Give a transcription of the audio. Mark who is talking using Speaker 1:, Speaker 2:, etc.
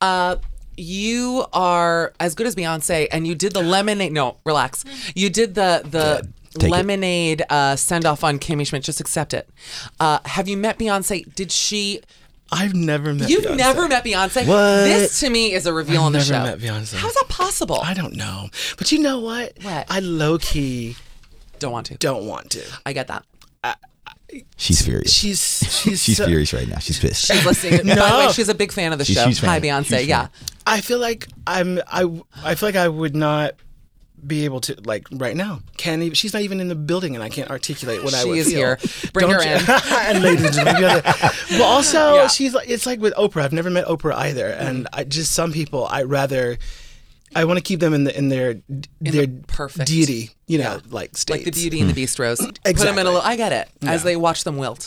Speaker 1: Uh, you are as good as Beyonce, and you did the lemonade. No, relax. You did the the.
Speaker 2: take it.
Speaker 1: lemonade uh, send off on Kimmy Schmidt. Just accept it. Uh, have you met Beyonce? Did she?
Speaker 2: I've never met.
Speaker 1: You've
Speaker 2: Beyonce.
Speaker 1: never met Beyonce.
Speaker 2: What?
Speaker 1: This to me is a reveal
Speaker 2: I've
Speaker 1: on the
Speaker 2: never
Speaker 1: show.
Speaker 2: met Beyonce.
Speaker 1: How's that possible?
Speaker 2: I don't know, but you know what?
Speaker 1: What?
Speaker 2: I low key
Speaker 1: don't want to.
Speaker 2: don't want to.
Speaker 1: I get that.
Speaker 3: She's furious.
Speaker 2: She's she's
Speaker 3: she's
Speaker 2: so-
Speaker 3: furious right now. She's pissed.
Speaker 1: She's listening. to- By the way,
Speaker 2: No.
Speaker 1: she's a big fan of the
Speaker 3: She's a
Speaker 1: show.
Speaker 3: huge fan.
Speaker 1: Hi, Beyonce.
Speaker 3: Huge
Speaker 1: yeah.
Speaker 3: fan.
Speaker 2: I feel like I'm I I feel like I would not be able to like right now. Can't even she's not even in the building and I can't articulate what I
Speaker 1: She
Speaker 2: would
Speaker 1: is
Speaker 2: feel.
Speaker 1: here. Bring her in.
Speaker 2: and ladies and gentlemen, you know that. but also
Speaker 1: Yeah. Mm-hmm.
Speaker 2: she's like it's like with Oprah. I've never met Oprah either, and I just some people I rather. I want to keep them in the in their their
Speaker 1: perfect-
Speaker 2: deity, you know, like states.
Speaker 1: Like the Beauty and the Beast rose. Put them in
Speaker 2: Exactly.
Speaker 1: a little. I get it. As they watch them wilt.